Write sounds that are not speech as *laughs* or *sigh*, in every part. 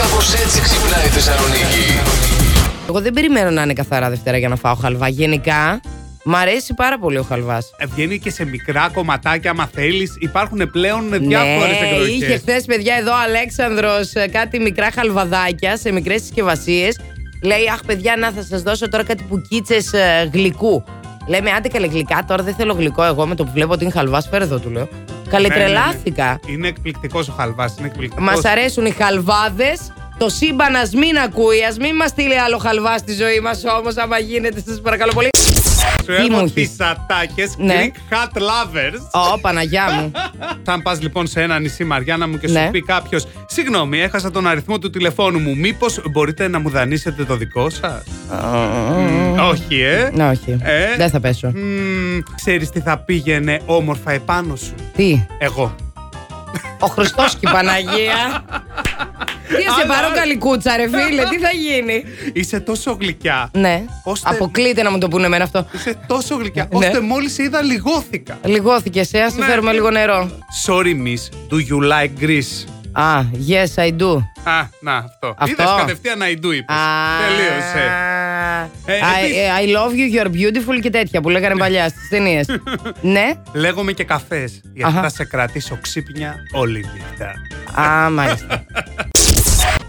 Κάπως έτσι ξυπνάει η Θεσσαλονίκη. Εγώ δεν περιμένω να είναι καθαρά Δευτέρα για να φάω χαλβά. Γενικά, μ' αρέσει πάρα πολύ ο χαλβάς. Ε, Βγαίνει και σε μικρά κομματάκια, άμα θέλεις. Υπάρχουν πλέον Ναι, διάφορε εκδοχέ. Ναι, είχε χθες παιδιά εδώ ο Αλέξανδρος ε, κάτι μικρά χαλβαδάκια σε μικρές συσκευασίες. Λέει, Αχ, παιδιά, να θα σας δώσω τώρα κάτι πουκίτσες γλυκού. Λέμε, άντε καλέ γλυκά, τώρα δεν θέλω γλυκό. Εγώ με το που βλέπω ότι είναι χαλβάς, φέρε εδώ, του λέω. Καλετρελάθηκα. ναι, Είναι εκπληκτικός ο χαλβάς. Είναι εκπληκτικός. Μας αρέσουν οι χαλβάδες. Το σύμπαν ας μην ακούει, ας μην μας στείλει άλλο χαλβά στη ζωή μας όμως, άμα γίνεται, σας παρακαλώ πολύ. Σου Τι μου έχω έχεις? τι ατάκες Ναι. Greek Hat Lovers. Ω, Παναγιά μου. Θα πας λοιπόν σε ένα νησί, Μαριάννα μου, και σου Ναι. πει κάποιος: Συγγνώμη, έχασα τον αριθμό του τηλεφώνου μου. Μήπως μπορείτε να μου δανείσετε το δικό σας. Όχι, ε. Ναι, όχι. Ε. Δεν θα πέσω. Ξέρεις τι θα πήγαινε όμορφα επάνω σου. Τι. Εγώ. Ο Χριστός και η *laughs* Παναγία. Τι να σε Αλλά- πάρω καλή κούτσα, ρε φίλε, τι θα γίνει. Είσαι τόσο γλυκιά. Ναι. Ώστε- Αποκλείται να μου το πούνε εμένα αυτό. Είσαι τόσο γλυκιά. Ναι. Ώστε μόλις σε είδα, λιγώθηκα. Λιγώθηκε εσύ, α Ναι. φέρουμε λίγο νερό. Sorry, miss. Do you like Greece? Α, yes, I do. Α, να, αυτό. Αυτό. Είδες κατευθείαν I do, είπες. Α, Τελείωσε. Ε, I, επίσης- I love you, you're beautiful και τέτοια που λέγανε παλιά στις ταινίες. *laughs* ναι. Λέγομαι και καφές, γιατί Αχα. θα σε κρατήσω ξύπνια όλη νύχτα. Α, μάλιστα.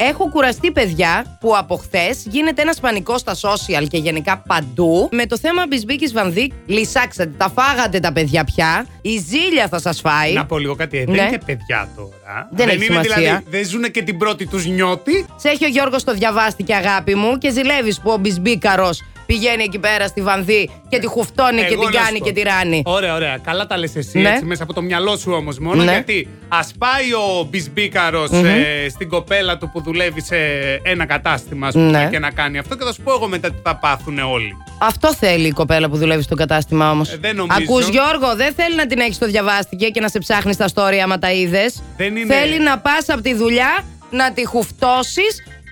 Έχω κουραστεί, παιδιά, που από χθες γίνεται ένα πανικό στα social και γενικά παντού με το θέμα Μπισμπίκη Βανδί. Λυσάξατε, τα φάγατε τα παιδιά πια. Η ζήλια θα σας φάει. Να πω λίγο κάτι, ε, δεν Ναι. είναι παιδιά τώρα. Δεν έχει είναι σημασία. δηλαδή, δεν ζουν και την πρώτη τους νιώτη. Σε έχει ο Γιώργος το διαβάστηκε, αγάπη μου, και ζηλεύεις που ο Μπισμπίκαρο πηγαίνει εκεί πέρα στη Βανδί και τη χουφτώνει Ναι, και Εγώ την να σου κάνει πω. και τη ράνει. Ωραία, ωραία. Καλά τα λες εσύ Ναι. έτσι, μέσα από το μυαλό σου όμως μόνο. Ναι. Γιατί ας πάει ο μπισμπικαρος ε, στην κοπέλα του που δουλεύει σε ένα κατάστημα ας πούμε, Ναι. και να κάνει αυτό και θα σου πω εγώ μετά τι θα πάθουν όλοι. Αυτό θέλει η κοπέλα που δουλεύει στο κατάστημα όμως. Ε, δεν νομίζω. Ακούς, Γιώργο, δεν θέλει να την έχεις στο διαβάστηκε και να σε ψάχνει τα story άμα τα είδες. Δεν είναι- Θέλει να πας από τη δουλειά, να τη χουφτώσεις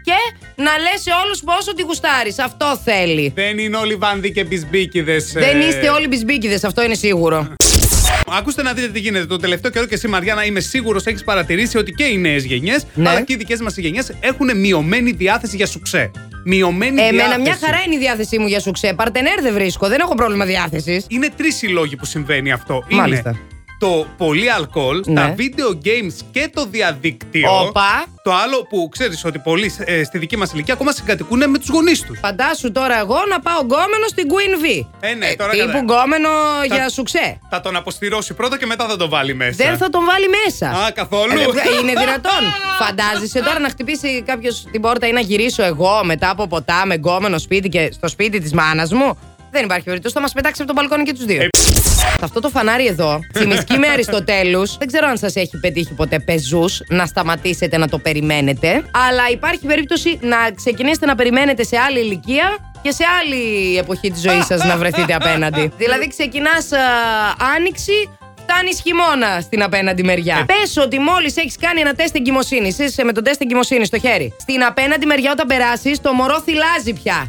και να λε σε όλου πόσο τη γουστάρεις. Αυτό θέλει. Δεν είναι όλοι βανδί και ε. μπισμπίκιδε. Δεν είστε όλοι μπισμπίκιδες, αυτό είναι σίγουρο. Ακούστε να δείτε τι γίνεται. Το τελευταίο καιρό και εσύ, Μαριάννα, είμαι σίγουρος έχεις παρατηρήσει ότι και οι νέες γενιές, Ναι. αλλά και οι δικές μας γενιές έχουν μειωμένη διάθεση για σουξέ. Μειωμένη Εμένα διάθεση. μια χαρά είναι η διάθεσή μου για σου ξέ. Παρτενέρ δεν βρίσκω, δεν έχω πρόβλημα διάθεσης. Είναι τρεις οι λόγοι που συμβαίνει αυτό. Μάλιστα. Είναι το πολύ αλκοόλ, Ναι. τα video games και το διαδίκτυο. Όπα. Το άλλο που ξέρεις ότι πολλοί ε, στη δική μας ηλικία ακόμα συγκατοικούν με τους γονείς τους. Φαντάσου τώρα εγώ να πάω γκόμενο στην Queen V. Ε, ναι, τώρα τύπου κατά- γκόμενο για σου ξέ. Θα τον αποστηρώσει πρώτα και μετά θα τον βάλει μέσα. Δεν θα τον βάλει μέσα. Α, καθόλου. Ε, *laughs* Είναι δυνατόν. Φαντάζεσαι τώρα να χτυπήσει κάποιος την πόρτα ή να γυρίσω εγώ μετά από ποτά με γκόμενο σπίτι και στο σπίτι της μάνας μου. Δεν υπάρχει περίπτωση. Θα μας πετάξει από τον μπαλκόνι και τους δύο. Ε, Σε αυτό το φανάρι εδώ, τσιμισκή με Αριστοτέλους, δεν ξέρω αν σας έχει πετύχει ποτέ πεζούς να σταματήσετε να το περιμένετε. Αλλά υπάρχει περίπτωση να ξεκινήσετε να περιμένετε σε άλλη ηλικία και σε άλλη εποχή της ζωής σας να βρεθείτε *laughs* απέναντι. Δηλαδή, ξεκινάς άνοιξη, φτάνεις χειμώνα στην απέναντι μεριά. Πες ότι μόλις έχεις κάνει ένα τεστ εγκυμοσύνης, είσαι με τον τεστ εγκυμοσύνης στο χέρι. Στην απέναντι μεριά, όταν περάσεις, το μωρό θυλάζει πια.